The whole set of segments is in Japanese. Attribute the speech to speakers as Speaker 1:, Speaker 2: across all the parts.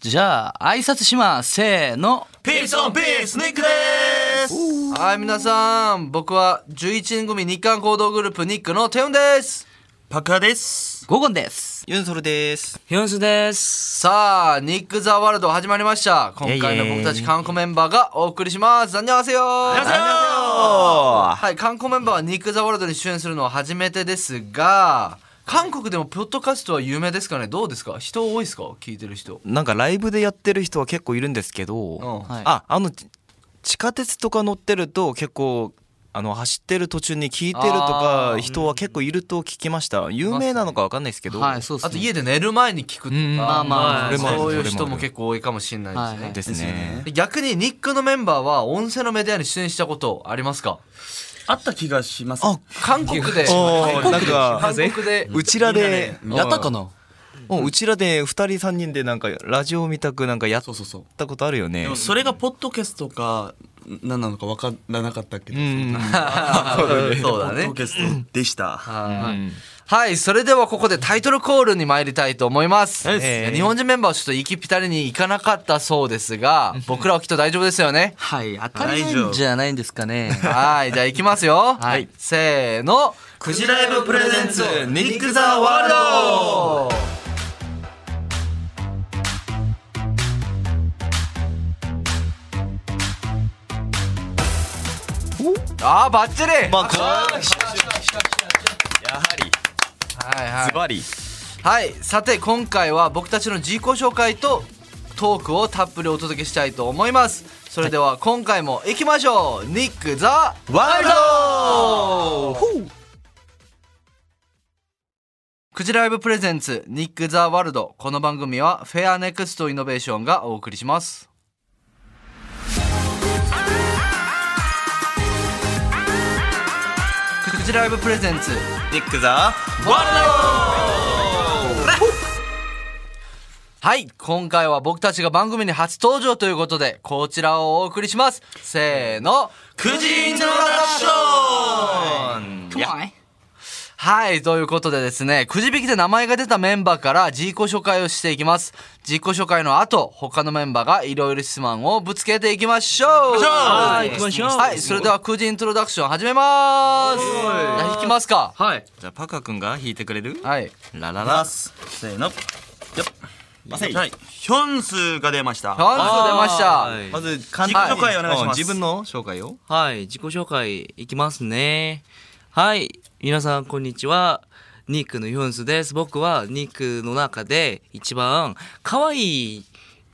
Speaker 1: じゃあ挨拶しますせーの
Speaker 2: ピースオンピースニックです
Speaker 3: はい皆さん僕は11人組日韓行動グループニックのテウンです
Speaker 2: パクハです
Speaker 1: ゴゴンです
Speaker 4: ユンソルです
Speaker 5: ヒョンスです
Speaker 3: さあニック・ザ・ワールド始まりました今回の僕たち韓国メンバーがお送りします残念あせよはい韓国メンバーはニック・ザ・ワールドに主演するのは初めてですが韓国でもポッドキャストは有名ですかねどうですか人多いですか聞いてる人
Speaker 4: なんかライブでやってる人は結構いるんですけど、
Speaker 3: うんはい
Speaker 4: ああのち地下鉄とか乗ってると結構あの走ってる途中に聞いてると
Speaker 3: あ
Speaker 4: か
Speaker 3: ー
Speaker 4: 人は結構いると聞きました有名なのかわかんないですけど、
Speaker 1: はいそうです
Speaker 3: あと
Speaker 1: ね
Speaker 3: 家で寝る前に聞くとか、
Speaker 5: うん
Speaker 1: まあまあ
Speaker 4: それもある
Speaker 3: そういう
Speaker 4: それもあ
Speaker 3: 人
Speaker 4: る
Speaker 3: も結構多いかもしれないですね、
Speaker 1: はい
Speaker 4: ですね
Speaker 3: で逆にニックのメンバーは音声のメディアに出演したことありますか
Speaker 2: あった気がします
Speaker 4: あ
Speaker 3: 韓国で
Speaker 4: おー
Speaker 3: 韓国で
Speaker 4: なん
Speaker 3: 韓
Speaker 4: か
Speaker 3: 国で
Speaker 4: うちらで
Speaker 2: みん
Speaker 1: や
Speaker 4: やっ
Speaker 1: ったたか
Speaker 4: か
Speaker 1: な
Speaker 4: もううちらで2人3人でなんかラジオ見たくなんかやっ
Speaker 2: そうそうそう
Speaker 4: たことあるよね
Speaker 2: でもそれがポッドキャストか何なのか分からなかったけど、
Speaker 4: うん
Speaker 3: そうだ
Speaker 2: ポッド
Speaker 3: ね
Speaker 2: キャストでした
Speaker 3: はいはいそれではここでタイトルコールに参りたいと思います、
Speaker 2: はい
Speaker 3: えー日本人メンバーはちょっと息ぴたりにいかなかったそうですが僕らはきっと大丈夫ですよね
Speaker 1: はい当たり前んじゃないんですか ね
Speaker 3: はいじゃあいきますよ、
Speaker 1: はい
Speaker 3: せーの
Speaker 2: クジライブプレゼンツニック・ザ・
Speaker 3: ワールドあーバッチリ
Speaker 4: まあこ
Speaker 3: はいはい
Speaker 4: ズバリ
Speaker 3: はいさて今回は僕たちの自己紹介とトークをたっぷりお届けしたいと思いますそれでは今回も行きましょうニック・ザ・ワールドクジライブプレゼンツニック・ザ・ワールドこの番組はフェアネクストイノベーションがお送りしますクジライブプレゼンツ
Speaker 4: ニックザ
Speaker 3: はい今回は僕たちが番組に初登場ということでこちらをお送りしますせーの
Speaker 2: クジンのラッション
Speaker 3: はいということでですねくじ引きで名前が出たメンバーから自己紹介をしていきます自己紹介の後他のメンバーがいろいろ質問をぶつけていきましょうはい
Speaker 5: 行きましょう
Speaker 3: はいそれではくじイントロダクション始めますじゃあ引きますか
Speaker 5: はい
Speaker 4: じゃあパカ君が弾いてくれる
Speaker 3: はい
Speaker 4: ララ
Speaker 2: ラ
Speaker 4: ラ
Speaker 2: スせーのよ
Speaker 4: ませ
Speaker 2: っはいヒョンスが出まし
Speaker 3: ダ
Speaker 2: た
Speaker 3: ンス出ました
Speaker 5: はい
Speaker 4: まず簡
Speaker 2: 自己紹介お願いしま
Speaker 4: う
Speaker 2: す
Speaker 4: ん自分の紹介を
Speaker 5: はい、自己紹介いきますね。はい、皆さんこんにちは。ニックのヒョンスです。僕はニックの中で一番可愛い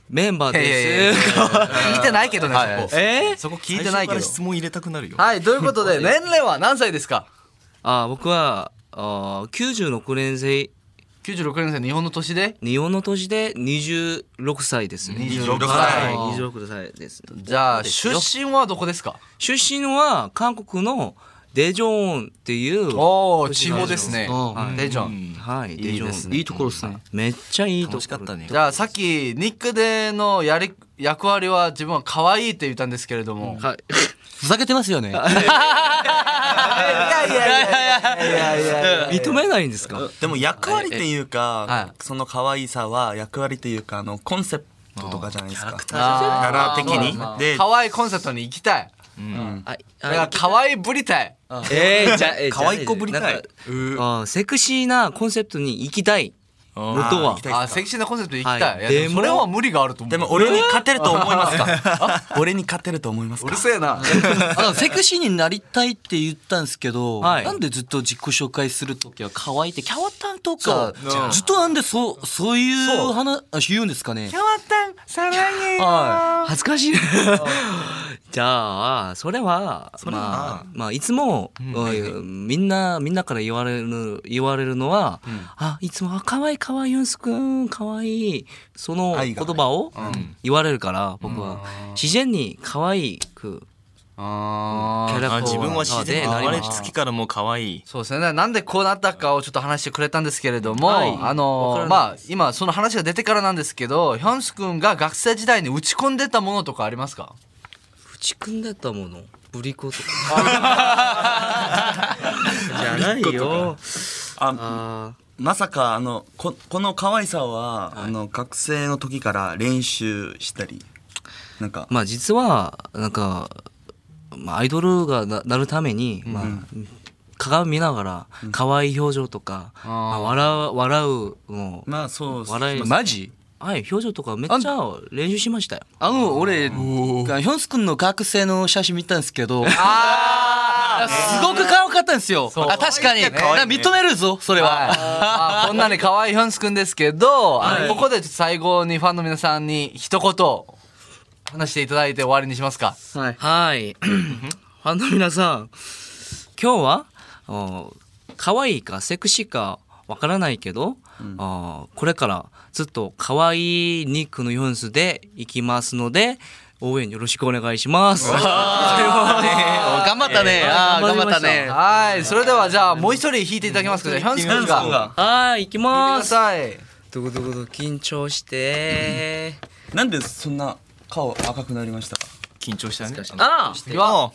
Speaker 5: メンバー
Speaker 3: いやいやい
Speaker 5: で
Speaker 3: や
Speaker 5: す。
Speaker 3: 聞いてないけどね
Speaker 4: は
Speaker 3: そ
Speaker 4: い
Speaker 3: こ
Speaker 5: え
Speaker 3: そこ聞いてないけど
Speaker 4: 質問入れたくなるよ
Speaker 3: はいということで年齢は何歳ですか
Speaker 5: あ、僕はあ96年生、
Speaker 3: 96年生日本の年で
Speaker 5: 日本の年で26歳ですね。
Speaker 2: 26
Speaker 5: はい、
Speaker 3: 歳
Speaker 5: 26歳です。
Speaker 3: じゃあ
Speaker 5: です
Speaker 3: 出
Speaker 5: よ
Speaker 3: 身はどこですか
Speaker 5: 出身は韓国のデジョンっていう、
Speaker 3: おお地方ですね
Speaker 5: うん
Speaker 3: デジョン
Speaker 5: はい、デ
Speaker 3: いい
Speaker 5: ジョン
Speaker 3: ですねいいと
Speaker 5: ころですね。めっちゃいいところ。
Speaker 4: 楽しかったね
Speaker 3: じゃあさっきニックでのやり役割は自分は可愛いって言ったんですけれども、
Speaker 5: はい。
Speaker 1: ふざけてますよね
Speaker 3: いやいやいやいやいやいや
Speaker 5: 認めないんですか
Speaker 2: でも役割っていうか、
Speaker 3: は
Speaker 2: その可愛さは役割っていうかあのコンセプトとかじゃないですかキ
Speaker 3: あ
Speaker 2: ャ
Speaker 3: ー
Speaker 2: ラ的にで
Speaker 3: 可愛いコンセプトに行きたい
Speaker 5: あ
Speaker 3: だから
Speaker 5: あ
Speaker 3: 可愛いぶりたい
Speaker 5: えー、じゃ、えー、
Speaker 2: 可愛い子ぶりたい
Speaker 5: なんかあーセクシーなコンセプトに行きたいのとは
Speaker 2: 行きたい
Speaker 3: あーセクシーなコンセプトに行きたい,、、
Speaker 5: はいい
Speaker 3: やで
Speaker 5: で
Speaker 3: も
Speaker 5: も
Speaker 3: それは無理があると思う
Speaker 2: でも俺に勝てると思いま すか俺に勝てると思います
Speaker 3: う
Speaker 2: か
Speaker 3: るせえな
Speaker 1: あのセクシーになりたいって言ったんですけど、
Speaker 5: はい
Speaker 1: なんでずっと自己紹介する時は可愛いってキャワタンとかずっとなんでそうそういう話あ言うんですかね
Speaker 3: 変わったんさらに
Speaker 5: はい恥ずかしい じゃあそれはまあ、まあ、いつも、うんみんなみんなから言われる言われるのは、あいつもあ可愛い可愛いユンスくん可愛いその
Speaker 2: 愛
Speaker 5: 言
Speaker 2: が
Speaker 5: 葉を言われるから、僕は自然に可愛く
Speaker 3: あ
Speaker 5: キャ
Speaker 3: ー
Speaker 5: ラ
Speaker 4: あ
Speaker 5: クタ
Speaker 4: 自分は自然
Speaker 5: ーで
Speaker 4: に
Speaker 5: な
Speaker 4: 生
Speaker 5: り
Speaker 4: ま
Speaker 5: ま
Speaker 4: れ
Speaker 5: した
Speaker 4: つきからもう可愛い
Speaker 3: そうですねなんでこうなったかをちょっと話してくれたんですけれども、
Speaker 5: はい
Speaker 3: あのー
Speaker 5: わから
Speaker 3: ま
Speaker 5: ない
Speaker 3: あ今その話が出てからなんですけどヒョンス君が学生時代に打ち込んでたものとかありますか
Speaker 5: 打ち組んでたものブリコとかじゃないよ
Speaker 2: あ
Speaker 5: あー
Speaker 2: まさかあのここの可愛さは、あの学生の時から練習したりなんか
Speaker 5: まあ実はなんか、まあ、アイドルがななるために、まあ、鏡見ながら可愛い表情とか、
Speaker 3: ん
Speaker 5: まあ、笑う笑うもう、
Speaker 2: まあそう
Speaker 5: 笑い
Speaker 1: マジ
Speaker 5: はい表情とかめっちゃ練習しましたよ。
Speaker 1: あの俺ヒョンス君の学生の写真見たんですけど
Speaker 3: あ
Speaker 1: すごく可愛かったんですよあ確かに
Speaker 2: 可愛いね可愛いね
Speaker 1: 認めるぞそれは
Speaker 3: あこんなに可愛いヒョンスくんですけど、あのここでちょっと最後にファンの皆さんに一言話していただいて終わりにしますか。
Speaker 1: はい
Speaker 5: はい。ファンの皆さん、今日は、お可愛いかセクシーかわからないけど、あこれからずっと可愛いニックのヨンスでいきますので、応援よろしくお願いします。
Speaker 1: 頑張ったねあー頑張ったね
Speaker 3: はい、それではじゃあもう一人弾いていただけますか。じゃあヒョンスくんが。弾いて
Speaker 5: はい、行き
Speaker 3: く
Speaker 5: ま
Speaker 3: だ
Speaker 5: す。
Speaker 3: さい。
Speaker 5: どこどこど緊張して。
Speaker 2: なんでそんな顔赤くなりましたか
Speaker 4: 緊張したね
Speaker 5: あ
Speaker 3: わお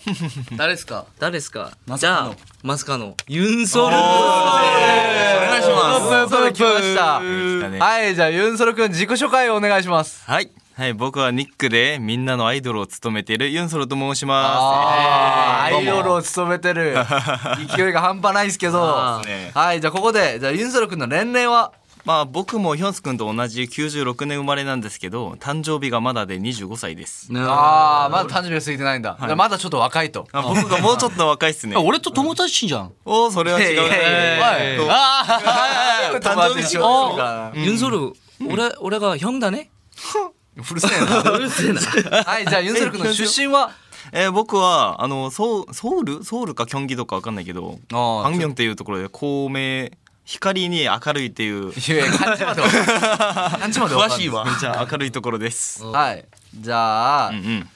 Speaker 1: 誰ですか
Speaker 5: 誰ですか
Speaker 2: ま
Speaker 5: じ
Speaker 2: さか
Speaker 5: ゃ
Speaker 2: の
Speaker 5: あ、まさかのユンソル。
Speaker 2: お願いします
Speaker 3: そろ来ました。
Speaker 4: たね
Speaker 3: はい、じゃあユンソロくん自己紹介をお願いします。
Speaker 4: はい、はい、僕はニックでみんなのアイドルを務めているユンソロと申し
Speaker 3: あ
Speaker 4: ま
Speaker 3: ーアイドルを務めてる勢いが半端ないですけど。は
Speaker 4: そうですね
Speaker 3: い、じゃあここでじゃあユンソロくんの年齢は
Speaker 4: す。まあ僕もヒョンス君と同じ96年生まれなんですけど、誕生日がまだで25歳です。
Speaker 3: ああまだ誕生日が過ぎてないんだ、まだちょっと若いと
Speaker 4: あ僕がもうちょっと若いっすね。
Speaker 1: 俺と友達じゃん
Speaker 4: おそれは違うね。
Speaker 3: はい
Speaker 4: はい誕生日しようか。
Speaker 5: ユンソル、俺、俺がヒョンだね。
Speaker 3: うるせえな
Speaker 5: うるせえな。
Speaker 3: はいじゃあユンソル君の出身は
Speaker 4: えー僕はあのソウソウルソウルかキョンギとかわかんないけど、
Speaker 3: あ
Speaker 4: ハンギョンっていうところで光明光に明るいっていうめ
Speaker 3: いやいや漢字までわかんない漢字までわかんない
Speaker 4: っちゃ明るいところです。
Speaker 3: はいじゃあ、
Speaker 4: うんうん。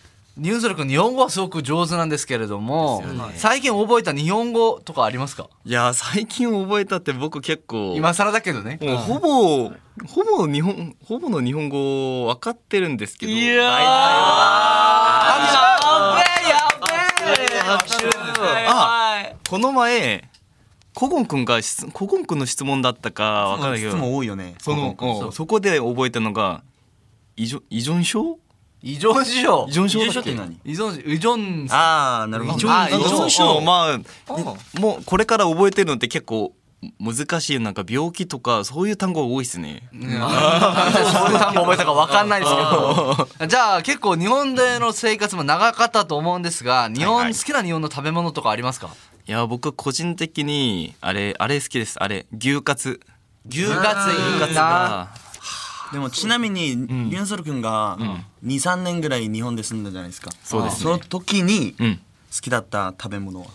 Speaker 3: ユンソル君日本語はすごく上手なんですけれども、最近覚えた日本語とかありますか
Speaker 4: いやー最近覚えたって僕結構
Speaker 3: 今更だけどね
Speaker 4: もうほぼ、ほぼ日本ほぼの日本語分かってるんですけどい
Speaker 3: あやべえやべえ
Speaker 4: あこの前コゴン君が質コゴン君の質問だったか分からないけど
Speaker 2: 質問多いよね
Speaker 4: その
Speaker 2: こ
Speaker 4: そこで覚えたのが依存依存症
Speaker 3: 依存症
Speaker 4: 依存症
Speaker 2: の
Speaker 4: だっけ
Speaker 2: って何
Speaker 3: 依存症依存症
Speaker 2: ああなるほど
Speaker 3: あ
Speaker 4: 依存症まあ
Speaker 5: あ
Speaker 4: もうこれから覚えてるのって結構難しいなんか病気とかそういう単語が多いですね
Speaker 3: そういう単語覚えたか分かんないですけどじゃあ結構日本での生活も長かったと思うんですが日本、
Speaker 4: はいはい
Speaker 3: 好きな日本の食べ物とかありますか
Speaker 4: いや僕個人的にあれあれ好きですあれ牛カツ
Speaker 3: 牛カツいいな
Speaker 4: が
Speaker 2: でもちなみに、ユンソル君が23年ぐらい日本で住んだじゃないですか
Speaker 4: そうですね
Speaker 2: その時に
Speaker 4: うん
Speaker 2: 好きだった食べ物は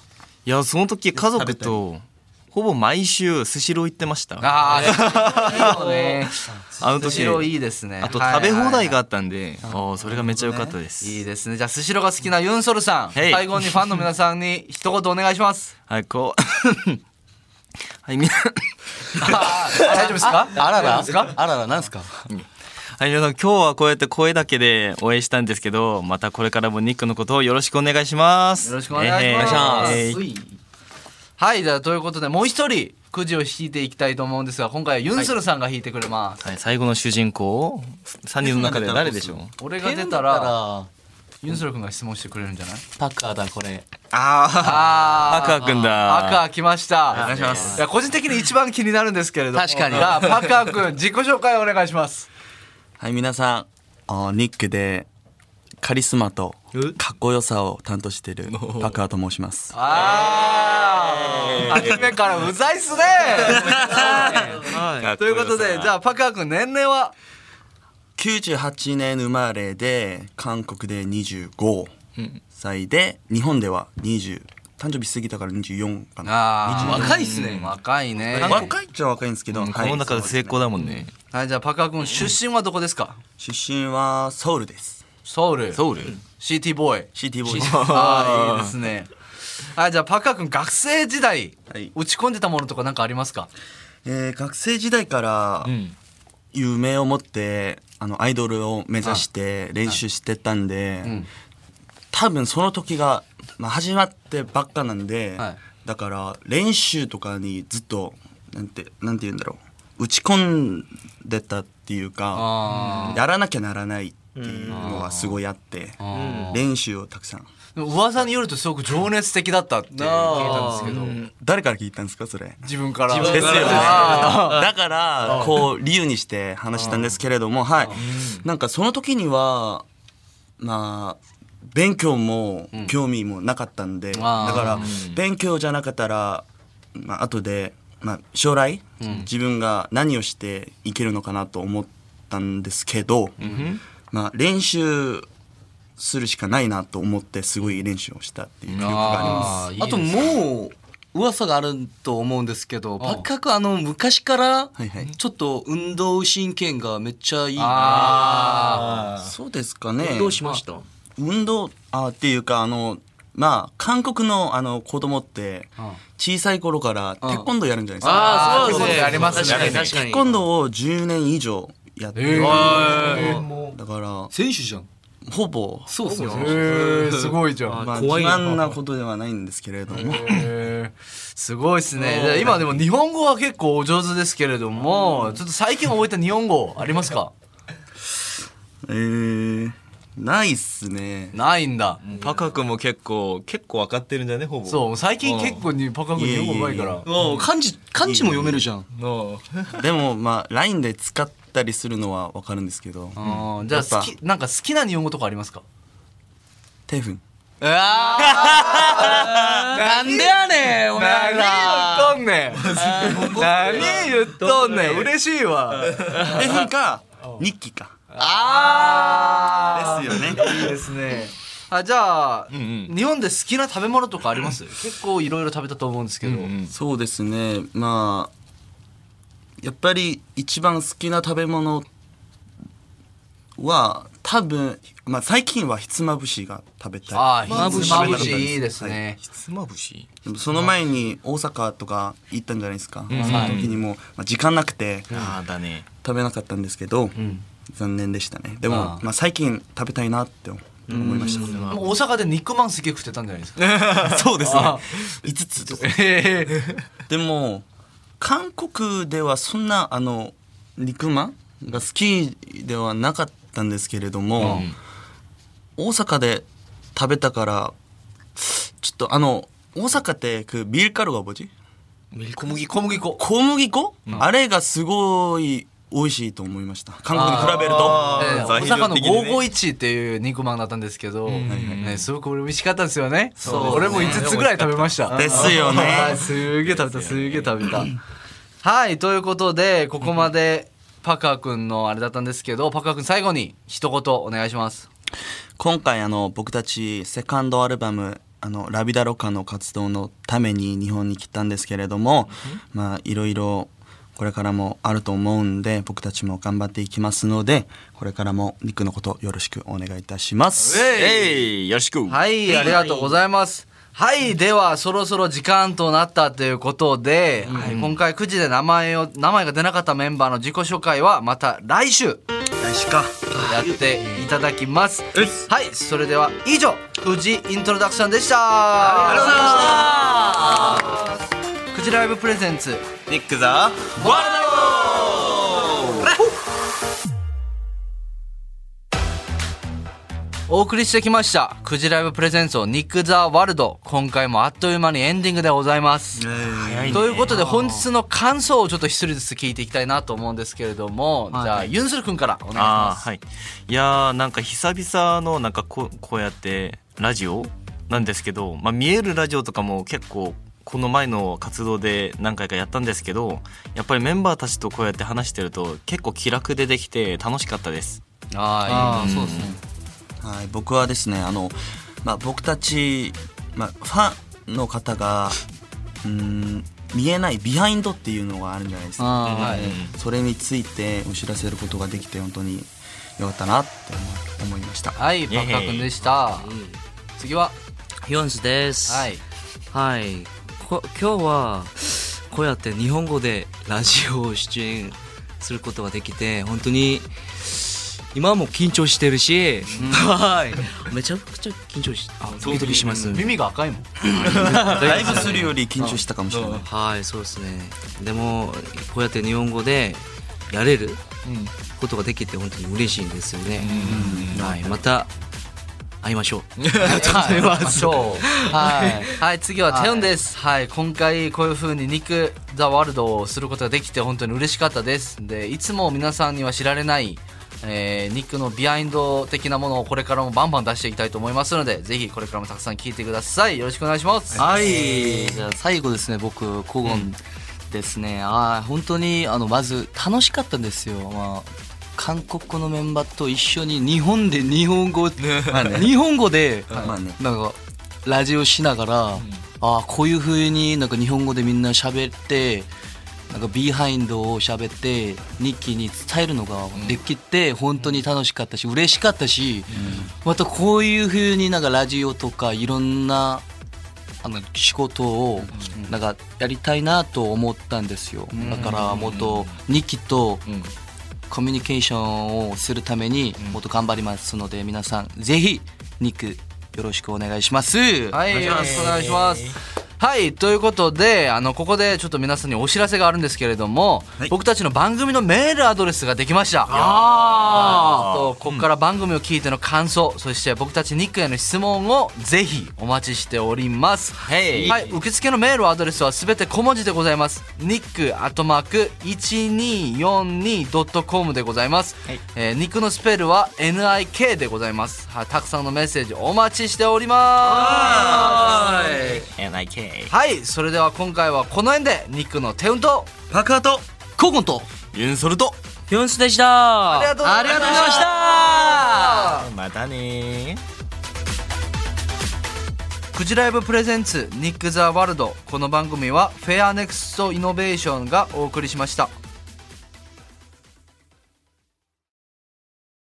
Speaker 2: い
Speaker 4: やその時家族とほぼ毎週スシロー行ってましたあ
Speaker 3: あーいいよ ね
Speaker 4: の
Speaker 3: ス
Speaker 4: 時
Speaker 3: シローいいですね
Speaker 4: あと食べ放題が
Speaker 3: は
Speaker 4: あったんで、あーそれがめっちゃ良かった
Speaker 3: いはいは
Speaker 4: で
Speaker 3: いい
Speaker 4: す。
Speaker 3: いですねじゃあスシローが好きなユンソルさん
Speaker 4: はい
Speaker 3: 最後にファンの皆さんに一言お願いします
Speaker 4: はい、こう。 はい、みな、
Speaker 3: あー大丈夫ですか
Speaker 1: あららあららなんですか
Speaker 4: はい、皆さん、今日はこうやって声だけで応援したんですけど、またこれからもニックのことをよろしくお願いします。
Speaker 3: よろしくお願いします。
Speaker 4: えーえー
Speaker 3: はい、じゃあということでもう一人くじを引いていきたいと思うんですが、今回はユンスルさんが引いてくれます。
Speaker 4: はい、最後の主人公、三人の中で誰でしょう。
Speaker 3: 俺が出たらユンスル君が質問してくれるんじゃない？
Speaker 1: パッカーだこれ
Speaker 4: あ
Speaker 3: あ
Speaker 4: 赤君だ
Speaker 3: 赤来ました。お願
Speaker 2: いします
Speaker 3: や個人的に一番気になるんですけれども、
Speaker 1: 確かに
Speaker 3: じゃあパカ君自己紹介お願いします。
Speaker 2: はい皆さんあーニックでカリスマとかっこよさを担当しているパクアと申します
Speaker 3: ああ、初めからうざいっすね。
Speaker 4: あ。
Speaker 3: ということで、じゃあパカ君年齢は
Speaker 2: 98年生まれで韓国で25歳で日本では20誕生日過ぎたから24かな
Speaker 3: あ
Speaker 1: 若いっすね
Speaker 3: あ、若いね。
Speaker 2: 若いっちゃ若いんですけど、
Speaker 4: この中で成功だもんね。
Speaker 3: はい、じゃあパカ君出身はどこですか？
Speaker 2: 出身はソウルです
Speaker 3: ソウル。
Speaker 4: ソウル。
Speaker 3: シーティーボーイ。
Speaker 2: CT ボーイです
Speaker 3: ああ、いいですね。はい、じゃあパカ君学生時代、
Speaker 2: はい
Speaker 3: 打ち込んでたものとかなんかありますか？
Speaker 2: えー学生時代から夢を持ってあのアイドルを目指して練習してたんで、多分その時が、まあ、始まってばっかなんで、
Speaker 3: はい
Speaker 2: だから練習とかにずっとなんてなんて言うんだろう打ち込んでたっていうかやらなきゃならないっていうのはすごいあって練習をたくさん
Speaker 3: 噂によるとすごく情熱的だったって聞いたんですけど、
Speaker 2: 誰から聞いたんですかそれ
Speaker 3: 自分から
Speaker 2: ですよねだからこう理由にして話したんですけれどもはいなんかその時にはまあ勉強も興味もなかったんで、だから勉強じゃなかったら、まあ後で、まあ、将来、自分が何をしていけるのかなと思ったんですけど、まあ、練習するしかないなと思ってすごい練習をしたっていう記憶があります。
Speaker 3: あーいい
Speaker 1: あともう噂があると思うんですけど、パッカクあの昔から
Speaker 2: いはい
Speaker 1: ちょっと運動神経がめっちゃいい。
Speaker 3: あ
Speaker 2: そうですかね。
Speaker 5: どうしました
Speaker 2: 運動あっていうかあのまあ韓国のあの子供って小さい頃からテコンドーやるんじゃないですか。
Speaker 3: あ
Speaker 5: ー
Speaker 3: そうですねありますね
Speaker 5: 確かに確か
Speaker 2: テ
Speaker 5: に
Speaker 2: コンドーを10年以上やってる。だから
Speaker 1: 選手じゃん。
Speaker 2: ほぼ
Speaker 1: そうそう。
Speaker 3: ーへーすごいじゃん
Speaker 2: まあ
Speaker 5: 怖い
Speaker 2: 自
Speaker 5: な
Speaker 2: 慢なことではないんですけれども。
Speaker 3: へーすごいですねで今でも日本語は結構お上手ですけれどもちょっと最近覚えた日本語ありますか
Speaker 2: えー、ないっすね。
Speaker 3: ないんだ
Speaker 4: パカ君も結構結構分かってるんだよねほぼ
Speaker 3: そう最近結構にパカ君日本語うまいから
Speaker 1: うん漢字漢字も読めるじゃん。
Speaker 4: の
Speaker 2: でもまあ LINE で使ったりするのはわかるんですけど。
Speaker 3: あーじゃあ好きなんか好きな日本語とかありますか
Speaker 2: テフン。
Speaker 1: なんでやねんお前ら。
Speaker 3: 何言っとんねん何言っ とんねん嬉しいわ
Speaker 2: テフンか日記か。
Speaker 3: ああ
Speaker 2: ですよね。
Speaker 3: いいですねあじゃあ、
Speaker 4: ん
Speaker 3: 日本で好きな食べ物とかあります結構いろいろ食べたと思うんですけど、
Speaker 2: そうですねまあやっぱり一番好きな食べ物は多分、まあ、最近はひつまぶしが食べたい
Speaker 3: ああひ
Speaker 5: まぶ
Speaker 3: つ
Speaker 5: し
Speaker 3: まぶしいいですね、
Speaker 4: ひつまぶし
Speaker 2: でもその前に大阪とか行ったんじゃないですか、その時にもう、まあ、時間なくて
Speaker 4: ああだね
Speaker 2: 食べなかったんですけど、残念でしたねでもまあ、最近食べたいなって思いまし
Speaker 3: でも大阪で肉まんすげえ食ってたんじゃないですか
Speaker 2: たそうですね5つとか
Speaker 3: え
Speaker 2: でも韓国ではそんなあの肉まんが好きではなかったんですけれども、大阪で食べたからちょっとあの大阪って그 밀가루가 뭐지?
Speaker 3: え小麦小麦粉
Speaker 2: 小麦粉、あれがすごい美味しいと思いました韓国に比べると
Speaker 3: ええ大
Speaker 4: 材料
Speaker 3: 阪の
Speaker 4: 的にね
Speaker 3: 551っていう肉まんだったんですけど、ね、すごく俺美味しかったですよね俺も5つぐらい食べました
Speaker 2: ですよね
Speaker 3: はいすげえ食べたすげえ食べたはいということでここまでパカ君のあれだったんですけどパカ君最後に一言お願いします
Speaker 2: 今回あの僕たちセカンドアルバムあのラビダロカの活動のために日本に来たんですけれども、まあいろいろこれからもあると思うんで僕たちも頑張っていきますのでこれからもニックのことよろしくお願いいたします。
Speaker 4: えいよろしく
Speaker 3: はい、ありがとうございます。はい、ではそろそろ時間となったということで、はい今回くじで名前を名前が出なかったメンバーの自己紹介はまた来週
Speaker 2: 来週か
Speaker 3: やっていただきます。はい、それでは以上くじイントロダクションでした。ありがとうございました。くじライブプレゼンツ
Speaker 4: ニックザ
Speaker 3: お送りしてきました「くじライブプレゼンツをニック・ザ・ワールド」今回もあっという間にエンディングでございます。ということで本日の感想をちょっと一人ずつ聞いていきたいなと思うんですけれども、じゃあユンスル君からお願いし
Speaker 4: ああ
Speaker 3: ます。
Speaker 4: はいいやーなんか久々のなんかこうこうやってラジオなんですけど、まあ、見えるラジオとかも結構この前の活動で何回かやったんですけどやっぱりメンバーたちとこうやって話してると結構気楽でできて楽しかったです
Speaker 3: ああそうですね。
Speaker 2: はい、僕はですねあの、まあ、僕たち、まあ、ファンの方がうーん見えないビハインドっていうのがあるんじゃないですか、
Speaker 3: あーはい
Speaker 2: それについてお知らせることができて本当によかったなって思い思いました
Speaker 3: はい、パッカ君でした。次は、
Speaker 5: ヨンスです。
Speaker 3: はい。
Speaker 5: はい。こ今日はこうやって日本語でラジオを出演することができて本当に今はもう緊張してるし、はい めちゃくちゃ緊張しあドキドキします
Speaker 3: 耳が赤いもん
Speaker 2: ライブするより緊張したかもしれない
Speaker 5: はいそうですねでもこうやって日本語でやれることができて本当に嬉しいんですよね、はい、また会いましょう
Speaker 3: はい、はい、はい、次はテヨンです。はい、今回こういう風にニクザワールドをすることができて本当に嬉しかったです。で、いつも皆さんには知られない。えーニックのビハインド的なものをこれからもバンバン出していきたいと思いますのでぜひこれからもたくさん聞いてくださいよろしくお願いします
Speaker 1: はい、じゃあ最後ですね僕コゴンですね、ああ本当にあのまず楽しかったんですよ、まあ、韓国語のメンバーと一緒に日本で日本語、日本語で、
Speaker 2: まあね
Speaker 1: なんかラジオしながら、ああこういう風になんか日本語でみんな喋ってなんかビーハインドを喋って日記に伝えるのができて本当に楽しかったし嬉しかったし、またこういう風になんかラジオとかいろんなあの仕事をなんかやりたいなと思ったんですよ、だからもっと日記とコミュニケーションをするためにもっと頑張りますので皆さんぜひニックよろしくお願いします。
Speaker 3: はい、よろしくお願いします。はい、ということで、あの、ここでちょっと皆さんにお知らせがあるんですけれども、
Speaker 2: はい
Speaker 3: 僕たちの番組のメールアドレスができました。あと、ここから番組を聞いての感想、そして僕たちニックへの質問をぜひお待ちしております。
Speaker 1: はい
Speaker 3: はい、受付のメールアドレスはすべて小文字でございます。ニックアットマーク 1242.com でございます。えーニックのスペルは NIK でございます。はい、たくさんのメッセージお待ちしております。
Speaker 4: NIK
Speaker 3: はい、それでは今回はこの辺でニックのテウンと
Speaker 2: パカート
Speaker 1: コゴンと
Speaker 4: ユンソルト
Speaker 5: ヨンスでした
Speaker 3: ありがとうございました
Speaker 4: またねー
Speaker 3: クジライブプレゼンツニック・ザ・ワールドこの番組はフェアネクストイノベーションがお送りしました